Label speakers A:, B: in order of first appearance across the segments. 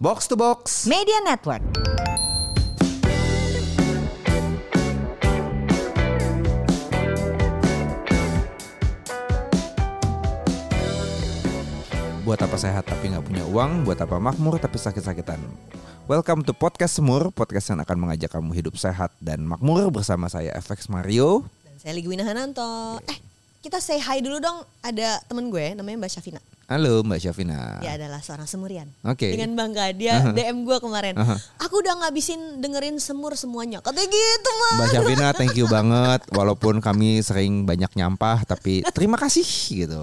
A: Box to Box.
B: Media Network.
A: Buat apa sehat tapi nggak punya uang, buat apa makmur tapi sakit-sakitan. Welcome to Podcast Semur, podcast yang akan mengajak kamu hidup sehat dan makmur bersama saya FX Mario.
B: Dan saya Ligwina Hananto. Eh, kita say hi dulu dong. Ada temen gue namanya Mbak Syafina.
A: Halo Mbak Syafina.
B: Dia adalah seorang semurian.
A: Ah. Oke.
B: Dengan bangga dia
A: Aha.
B: DM gue kemarin.
A: Aha.
B: Aku udah ngabisin dengerin semur semuanya. Katanya gitu, Mas.
A: Mbak Syafina, thank you banget. Walaupun kami sering banyak nyampah, tapi terima kasih gitu.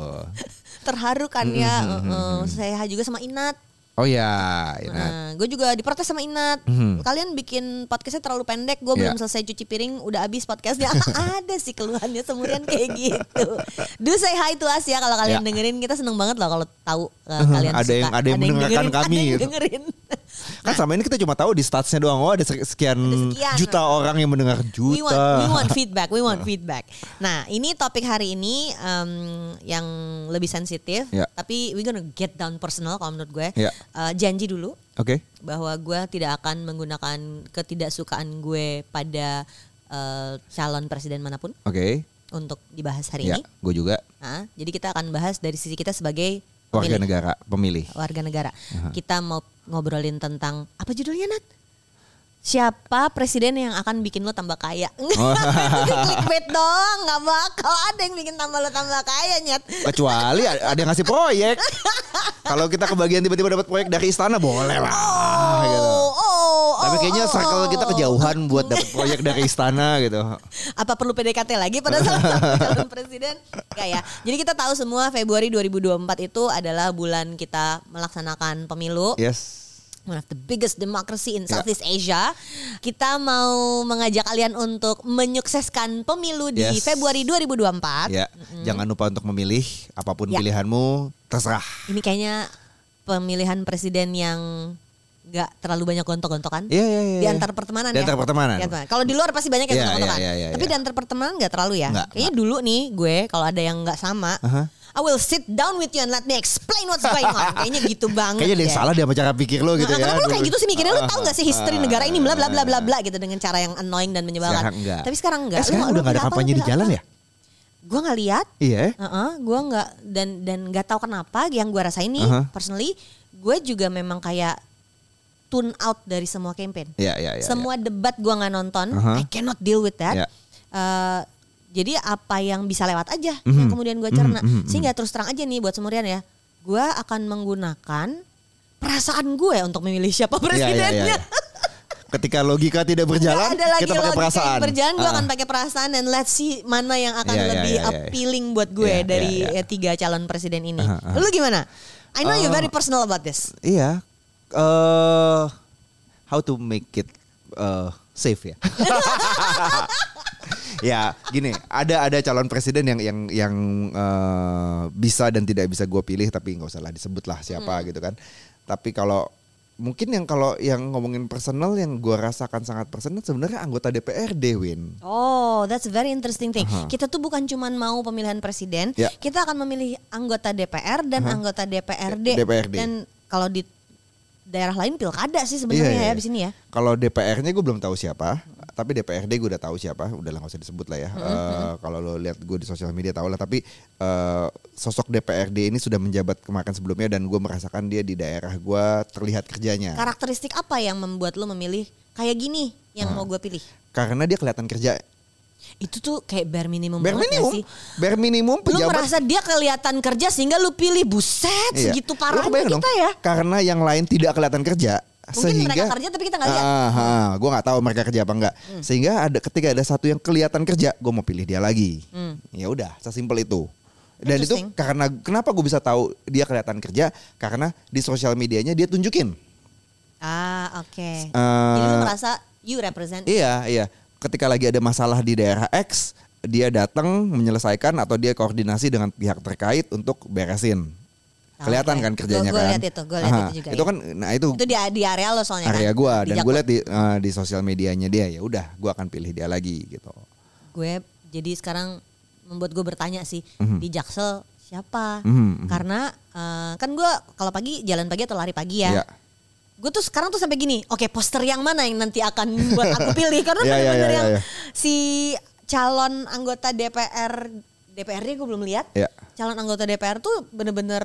B: Terharu kan ya.
A: Mhm,
B: Heeh. Saya hi juga sama Inat.
A: Oh ya, Inat.
B: Nah, gue juga diprotes sama Inat.
A: Mhm.
B: Kalian bikin podcastnya terlalu pendek. Gue belum
A: Iya.
B: selesai cuci piring, udah habis podcastnya. Ada sih keluhannya semurian kayak gitu. Do say hi to us ya kalau
A: Ya.
B: kalian
A: Mhm.
B: dengerin. Kita seneng banget loh kalau tahu uh, kalian
A: Ada
B: suka.
A: yang- ada yang mendengarkan
B: dengerin,
A: kami
B: Ada yang
A: gitu.
B: dengerin.
A: Kan sama ini kita cuma tahu di statsnya doang. Oh ada se- sekian,
B: Ada sekian.
A: juta orang yang mendengar juta.
B: We want, we want feedback, we want feedback. Nah, ini topik hari ini em, yang lebih sensitif,
A: Ya.
B: tapi we gonna get down personal kalau menurut gue.
A: Ya.
B: Eh, janji dulu
A: Oke.
B: bahwa gue tidak akan menggunakan ketidaksukaan gue pada eh, calon presiden manapun
A: Oke,
B: untuk dibahas hari
A: ya,
B: ini.
A: gue juga
B: Ah, jadi kita akan bahas dari sisi kita sebagai
A: warga
B: pemilih,
A: negara pemilih.
B: warga negara. Kita mau ngobrolin tentang apa judulnya Nat? Siapa presiden yang akan bikin lo tambah kaya?
A: Oh.
B: Itu clickbait dong, nggak bakal ada yang bikin tambah lo tambah kaya nyet.
A: Iya Kecuali a- ada yang ngasih proyek. Kalau kita kebagian tiba-tiba dapat proyek dari istana boleh lah. gitu.
B: Oh, oh,
A: Tapi
B: oh,
A: kayaknya
B: oh,
A: circle
B: oh.
A: kita kejauhan buat dapat proyek dari istana gitu.
B: apa perlu PDKT lagi pada saat calon presiden? Enggak ya. Jadi kita tahu semua Februari 2024 itu adalah bulan kita melaksanakan pemilu.
A: Yes.
B: One of the biggest democracy in
A: Ya.
B: Southeast Asia. Kita mau mengajak kalian untuk menyukseskan pemilu di
A: Yes.
B: Februari 2024.
A: Ya, jangan lupa untuk memilih apapun
B: Ya.
A: pilihanmu terserah.
B: Ini kayaknya pemilihan presiden yang nggak terlalu banyak gontok-gontokan.
A: Iya, iya, iya.
B: Di antar pertemanan
A: Di
B: ya.
A: antar pertemanan.
B: Di antar- Kalau di luar pasti banyak yang
A: Iya,
B: gontok-gontokan.
A: iya, iya, iya,
B: Tapi
A: iya.
B: di antar pertemanan nggak terlalu ya.
A: Nggak, Uh-huh.
B: Kayaknya dulu nih gue kalau ada yang nggak sama,
A: Aha.
B: I will sit down with you and let me explain what's going on. Kayaknya gitu banget.
A: Kayaknya ada yang
B: deh.
A: salah dia sama cara pikir lo gitu
B: Nah,
A: ya.
B: Kenapa lu kayak
A: dulu.
B: gitu sih mikirnya lu tahu gak sih history
A: Ah,
B: negara ini bla bla bla
A: ah.
B: bla bla gitu dengan cara yang annoying dan menyebalkan.
A: Sekarang enggak.
B: Tapi sekarang enggak.
A: Eh, sekarang udah nggak ada kampanye di jalan ya?
B: Gue nggak lihat.
A: Iya.
B: Heeh, gue nggak dan dan nggak tahu kenapa yang gue rasain nih
A: Aha.
B: personally gue juga memang kayak tune out dari semua campaign.
A: Iya, iya, iya.
B: semua debat gue nggak nonton,
A: Aha.
B: I cannot deal with that.
A: Ya.
B: Eh, jadi apa yang bisa lewat aja
A: Mhm.
B: yang kemudian gue
A: Mhm,
B: cerna.
A: mhm, mhm.
B: Sehingga terus terang aja nih buat semurian ya, gue akan menggunakan perasaan gue untuk memilih
A: Iya,
B: siapa
A: iya,
B: presidennya.
A: iya, iya. Ketika logika tidak berjalan,
B: Nggak ada lagi
A: kita pakai
B: logika
A: perasaan.
B: yang berjalan gue
A: Ah.
B: akan pakai perasaan dan let's see mana yang akan
A: Iya, iya,
B: lebih
A: iya, iya.
B: appealing buat gue
A: Iya, iya,
B: dari
A: iya.
B: eh, tiga calon presiden ini.
A: Aha, aha.
B: Lu gimana? I know you're
A: Eh,
B: very personal about this.
A: Iya. Eh how to make it eh safe ya. ya, gini, ada ada calon presiden yang yang yang eh, bisa dan tidak bisa gue pilih tapi nggak usah lah disebut lah siapa gitu kan. Tapi kalau mungkin yang kalau yang ngomongin personal yang gue rasakan sangat personal sebenarnya anggota DPRD Win.
B: Oh, that's a very interesting thing.
A: Aha.
B: Kita tuh bukan cuman mau pemilihan presiden,
A: Uh-huh. Ya. Uh-huh.
B: kita akan memilih anggota DPR dan anggota DPRD.
A: DPRD.
B: Dan kalau di daerah lain pilkada sih
A: Iya, iya,
B: sebenarnya ya di
A: iya.
B: sini ya.
A: Kalau DPR-nya gue belum tahu siapa, tapi DPRD gue udah tahu siapa, udah lah nggak usah disebut lah ya. Eh, Kalau lo lihat gue di sosial media tau lah, tapi eh, sosok DPRD ini sudah menjabat kemarin sebelumnya dan gue merasakan dia di daerah gue terlihat kerjanya.
B: Karakteristik apa yang membuat lo memilih kayak gini yang
A: Nah.
B: mau gue pilih?
A: Karena dia kelihatan kerja.
B: Itu tuh kayak bare minimum
A: Bare
B: banget nggak
A: minimum,
B: sih?
A: bare minimum
B: Lu
A: pejabat
B: merasa dia kelihatan kerja sehingga lu pilih buset
A: Iya.
B: segitu
A: Lu
B: parahnya
A: kebayang
B: kita
A: dong,
B: ya.
A: Karena yang lain tidak kelihatan kerja.
B: Mungkin
A: sehingga Ah,
B: mereka kerja tapi kita nggak lihat. Hmm.
A: gue nggak tahu mereka kerja apa enggak. Sehingga ada ketika ada satu yang kelihatan kerja, gue mau pilih dia lagi. Ya udah, sesimpel itu. Dan itu
B: Hmm. Interesting.
A: karena kenapa gue bisa tahu dia kelihatan kerja karena di sosial medianya dia tunjukin.
B: Ah, oke.
A: Eh,
B: Jadi lu merasa you represent
A: Iya, iya. Ketika lagi ada masalah di daerah X, dia datang menyelesaikan atau dia koordinasi dengan pihak terkait untuk beresin.
B: Ah,
A: Kelihatan
B: oke.
A: kan kerjanya
B: Gua- gua
A: kan.
B: lihat itu, gua lihat
A: Aha.
B: itu juga,
A: Itu
B: ya.
A: kan, nah itu
B: itu di, di area lo soalnya
A: area
B: kan?
A: gue
B: Di
A: dan
B: Jakpro.
A: gue liat di eh, di sosial medianya dia ya udah gue akan pilih dia lagi gitu
B: gue jadi sekarang membuat gue bertanya sih di Jaksel siapa
A: Mhm, mhm.
B: karena eh, kan gue kalau pagi jalan pagi atau lari pagi ya
A: Iya.
B: gue tuh sekarang tuh sampai gini, oke poster yang mana yang nanti akan buat aku pilih karena
A: Iya, iya,
B: benar-benar
A: iya,
B: yang
A: iya.
B: si calon anggota DPR DPR-nya gue belum lihat.
A: Iya.
B: Calon anggota DPR tuh bener-bener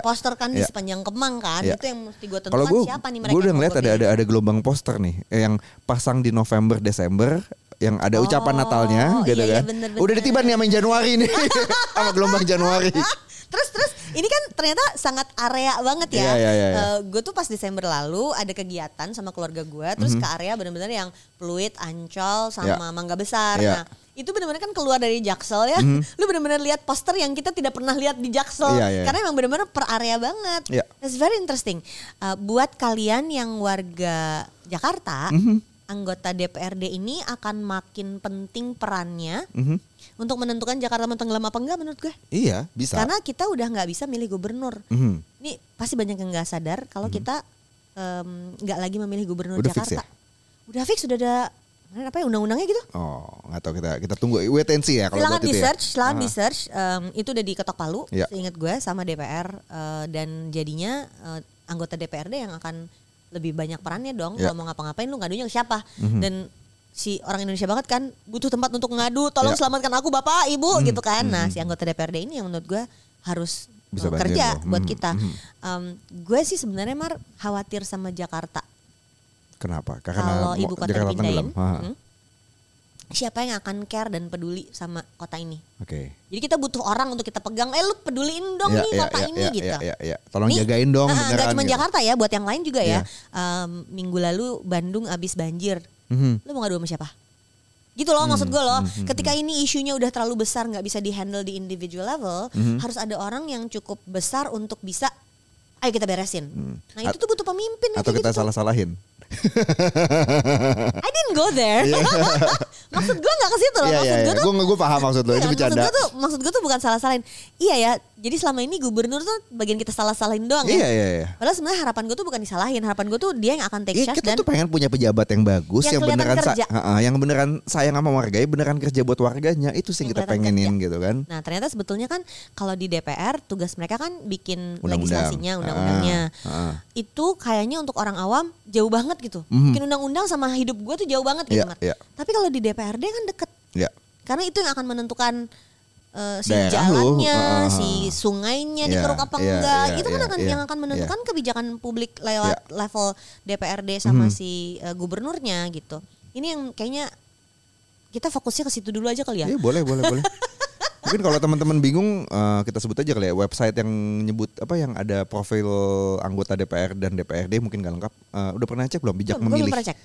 A: Iya.
B: poster kan di
A: Iya.
B: sepanjang Kemang kan.
A: Iya.
B: Itu yang mesti gue tentukan
A: Kalau gue,
B: kan siapa nih mereka.
A: gue udah
B: yang mau
A: ngeliat
B: gua
A: ada ada
B: pilih.
A: ada gelombang poster nih eh, yang pasang di November Desember yang ada ucapan
B: Oh,
A: Natalnya gitu
B: iya, iya,
A: kan.
B: bener-bener.
A: Udah ditiban nih sama yang Januari nih sama gelombang Januari.
B: Ah, terus terus ini kan ternyata sangat area banget ya.
A: Iya, iya, iya, iya.
B: gue tuh pas Desember lalu ada kegiatan sama keluarga gue, terus ke area benar-benar yang Pluit, Ancol, sama
A: Mhm. Iya.
B: Mangga Besar.
A: Iya. Mhm.
B: Nah, itu benar-benar kan keluar dari Jaksel ya. Lu benar-benar lihat poster yang kita tidak pernah lihat di Jaksel,
A: Iya, iya.
B: karena emang benar-benar per area banget.
A: Iya.
B: That's very interesting. Eh, buat kalian yang warga Jakarta,
A: Mhm.
B: anggota DPRD ini akan makin penting perannya.
A: Mhm.
B: Untuk menentukan Jakarta mau tenggelam apa enggak menurut gue.
A: Iya bisa.
B: Karena kita udah nggak bisa milih gubernur.
A: Mhm.
B: Ini pasti banyak yang nggak sadar kalau kita em, nggak lagi memilih gubernur
A: Udah fix ya?
B: Jakarta. Udah fix, sudah ada mana apa ya undang-undangnya gitu.
A: Oh nggak tahu kita kita tunggu wait and see ya kalau buat
B: Silakan di
A: itu ya.
B: search, silakan
A: Ah.
B: di search. Em, itu udah diketok palu,
A: Iya.
B: seingat gue sama DPR eh, dan jadinya eh, anggota DPRD yang akan lebih banyak perannya dong.
A: Iya.
B: Kalau mau ngapa-ngapain lu ngadunya ke siapa?
A: Mhm.
B: Dan si orang Indonesia banget kan butuh tempat untuk ngadu, tolong
A: Iya.
B: selamatkan aku Bapak,
A: Mhm.
B: Ibu gitu kan. Nah, si anggota DPRD ini yang menurut gue harus
A: Bisa
B: eh,
A: bantuin
B: kerja
A: lo.
B: buat
A: Mhm,
B: kita. Em, gue sih sebenarnya Mar khawatir sama Jakarta
A: Kenapa?
B: kalau
A: Karena
B: ibu
A: mau-
B: kota
A: Jakarta
B: dipindahin.
A: tenggelam. Ah,
B: mhm. Siapa yang akan care dan peduli sama kota ini?
A: Oke.
B: Jadi kita butuh orang untuk kita pegang. Eh lu peduliin dong
A: Iya,
B: nih
A: iya,
B: kota
A: iya,
B: ini
A: iya,
B: gitu.
A: iya, iya. Tolong
B: Nih,
A: jagain dong.
B: ah, ah,
A: beneran
B: Gak cuma
A: gitu.
B: Jakarta ya, buat yang lain juga
A: Iya.
B: ya. Em, minggu lalu Bandung abis banjir.
A: Mhm.
B: Lu mau ngadu sama siapa? Gitu
A: Hmm,
B: loh maksud gue loh. Ketika ini isunya udah terlalu besar nggak bisa dihandle di individual level,
A: Hmm.
B: harus ada orang yang cukup besar untuk bisa ayo kita beresin. Nah, itu tuh butuh pemimpin
A: Hmm.
B: yang
A: Atau
B: kayak
A: kita
B: gitu tuh.
A: salah-salahin.
B: I didn't go there. maksud gue nggak ke situ loh.
A: Iya
B: maksud
A: iya
B: gue
A: iya.
B: tuh
A: Gue gue paham maksud lo.
B: Iya
A: Ini
B: kan?
A: bercanda.
B: Maksud gue tuh, maksud gue tuh bukan salah-salahin. Iya ya, jadi selama ini gubernur tuh bagian kita salah-salahin doang
A: Iya
B: ya.
A: iya iya.
B: Padahal sebenarnya harapan gue tuh bukan disalahin, harapan gue tuh dia yang akan take
A: Iya
B: charge
A: kita
B: dan
A: tuh pengen punya pejabat yang bagus
B: Yang
A: yang,
B: kelihatan
A: beneran sa-
B: kerja.
A: Heeh, yang beneran sayang sama warganya, beneran kerja buat warganya itu sih yang
B: Yang
A: kita
B: kelihatan
A: pengenin gitu kan.
B: Nah ternyata sebetulnya kan kalau di DPR tugas mereka kan bikin
A: Undang-undang.
B: legislasinya,
A: Ah,
B: undang-undangnya.
A: ah.
B: Itu kayaknya untuk orang awam jauh banget gitu.
A: Mhm.
B: Bikin undang-undang sama hidup gue tuh jauh banget gitu.
A: Iya,
B: Mar.
A: iya.
B: Tapi kalau di DPRD kan deket.
A: Ya.
B: Karena itu yang akan menentukan eh, si
A: Daerah lu,
B: jalannya,
A: ah, ah,
B: si sungainya
A: Iya,
B: dikeruk apa
A: iya,
B: enggak.
A: iya,
B: itu kan
A: iya,
B: akan
A: iya,
B: yang akan menentukan kebijakan publik lewat level DPRD
A: Hmm.
B: sama si eh, gubernurnya gitu. Ini yang kayaknya kita fokusnya ke situ dulu aja kali ya.
A: Iya boleh boleh boleh. Mungkin kalau teman-teman bingung eh, kita sebut aja kali ya website yang nyebut apa yang ada profil anggota DPR dan DPRD mungkin gak lengkap. Eh, udah pernah cek belum bijak
B: Gue belum
A: memilih?
B: pernah cek.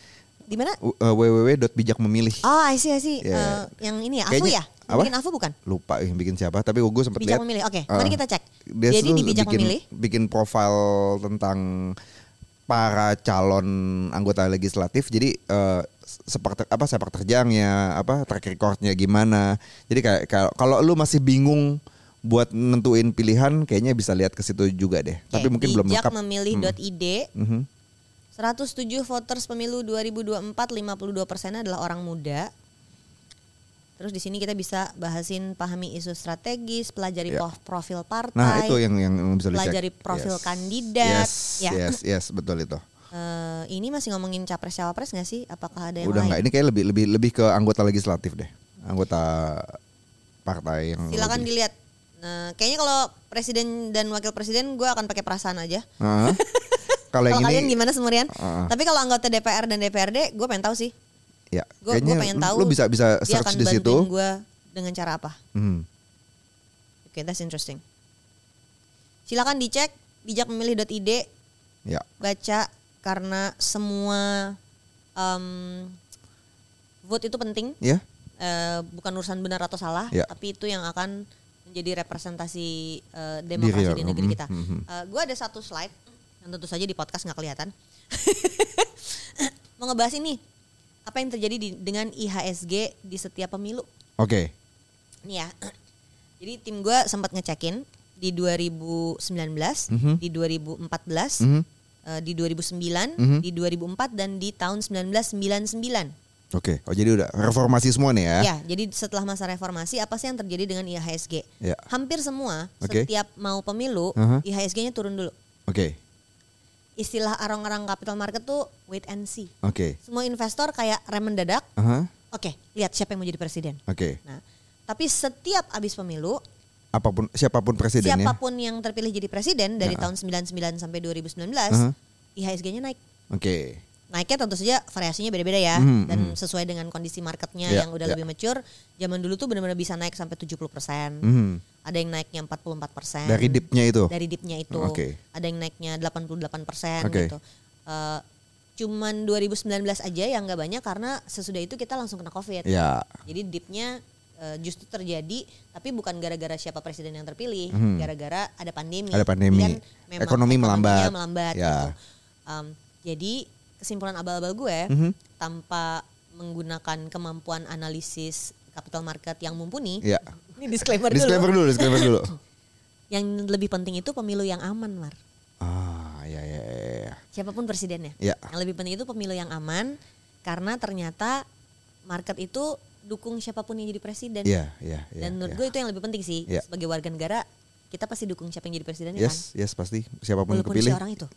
B: Di mana?
A: W- eh, www.bijakmemilih.
B: Oh, I see, I see.
A: Iya.
B: Eh, yang ini ya, Afu
A: Kayaknya-
B: ya?
A: apa?
B: Bikin Afu bukan?
A: Lupa yang bikin siapa, tapi gue sempet
B: Bijak
A: lihat
B: memilih. Oke,
A: Ah.
B: mari kita cek.
A: Dia
B: Jadi
A: tuh
B: di bijak
A: bikin,
B: memilih.
A: bikin profil tentang para calon anggota legislatif. Jadi eh, sepak ter- apa sepak terjangnya, apa track recordnya gimana. Jadi kayak kalau- kalau lu masih bingung buat nentuin pilihan, kayaknya bisa lihat ke situ juga deh. Tapi mungkin belum
B: bijak
A: lengkap.
B: memilih.id.
A: Mhm.
B: 107 voters pemilu 2024 52 persen adalah orang muda. Terus di sini kita bisa bahasin pahami isu strategis, pelajari
A: Ya.
B: po- profil partai,
A: Nah itu yang yang bisa dicek.
B: pelajari profil
A: Yes.
B: kandidat.
A: Yes,
B: Ya.
A: yes, yes, betul itu.
B: Eh, ini masih ngomongin capres cawapres nggak sih? Apakah ada yang
A: Udah nggak ini
B: lain?
A: kayak lebih lebih lebih ke anggota legislatif deh, anggota partai yang
B: Silakan dilihat. Nah, kayaknya kalau presiden dan wakil presiden gue akan pakai perasaan aja.
A: Heeh. Kalau
B: Kalau
A: yang
B: kalian
A: Nah, ini
B: gimana semurian?
A: Ah.
B: Tapi kalau anggota DPR dan DPRD, gue pengen tahu sih.
A: ya
B: Gue
A: kayaknya
B: pengen
A: lu-
B: tahu.
A: lu bisa bisa Eh,
B: dia
A: search
B: akan
A: di situ.
B: gue dengan cara apa?
A: Hmm.
B: Oke, that's interesting. Silakan dicek bijakmemilih.id,
A: Ya,
B: baca karena semua em, vote itu penting.
A: ya.
B: Eh, bukan urusan benar atau salah,
A: Ya.
B: tapi itu yang akan menjadi representasi eh, demokrasi
A: Diri,
B: di negeri
A: mm,
B: kita.
A: mm, mm.
B: gue ada satu slide yang tentu saja di podcast nggak kelihatan. Mau ngebahas ini apa yang terjadi di- dengan IHSG di setiap pemilu.
A: Oke.
B: Nih ya. Jadi tim gue sempat ngecekin di 2019,
A: Mhm.
B: di 2014,
A: Mhm.
B: eh, di 2009,
A: Mhm.
B: di 2004 dan di tahun 1999.
A: Oke. Oh jadi udah reformasi semua nih ya.
B: Ya, jadi setelah masa reformasi apa sih yang terjadi dengan IHSG?
A: Ya.
B: Hampir semua
A: Oke. Uh-huh.
B: setiap mau pemilu
A: Aha.
B: IHSG-nya turun dulu.
A: Oke.
B: istilah orang-orang capital market tuh wait and see.
A: Oke.
B: Semua investor kayak rem mendadak.
A: Aha.
B: Oke, lihat siapa yang mau jadi presiden.
A: Oke.
B: Nah, tapi setiap abis pemilu,
A: Apapun siapapun presidennya.
B: siapapun yang terpilih jadi presiden dari tahun 99 sampai 2019,
A: Nah. Aha.
B: IHSG-nya naik.
A: Oke.
B: Naiknya tentu saja variasinya beda-beda ya
A: Hmm,
B: dan sesuai dengan kondisi marketnya
A: Ya,
B: yang udah
A: ya.
B: lebih mature. Zaman dulu tuh benar-benar bisa naik sampai 70%.
A: Mhm.
B: Ada yang naiknya 44%.
A: Dari dipnya itu.
B: Hmm. Dari dipnya itu.
A: Oke.
B: Ada yang naiknya 88%
A: Oke.
B: gitu. Eh, cuman 2019 aja yang nggak banyak karena sesudah itu kita langsung kena Covid.
A: Ya.
B: Jadi dipnya eh, justru terjadi tapi bukan gara-gara siapa presiden yang terpilih,
A: Hmm.
B: gara-gara ada pandemi.
A: Ada pandemi.
B: Dan memang
A: Ekonomi
B: ekonominya
A: melambat.
B: melambat
A: Ya.
B: gitu. Em, jadi kesimpulan abal-abal gue
A: Mhm.
B: tanpa menggunakan kemampuan analisis capital market yang mumpuni.
A: Ya.
B: Ini disclaimer,
A: Disclaimer
B: dulu.
A: dulu, disclaimer dulu.
B: Yang lebih penting itu pemilu yang aman, Mar.
A: Ah, ya ya ya. ya.
B: Siapapun presidennya.
A: Ya.
B: Yang lebih penting itu pemilu yang aman karena ternyata market itu dukung siapapun yang jadi presiden.
A: Ya, ya, ya.
B: Dan menurut
A: ya.
B: gue itu yang lebih penting sih
A: Iya.
B: sebagai warga negara kita pasti dukung siapa yang jadi presiden ya kan.
A: Yes, yes pasti siapapun yang
B: Walaupun
A: kepilih.
B: si orang itu.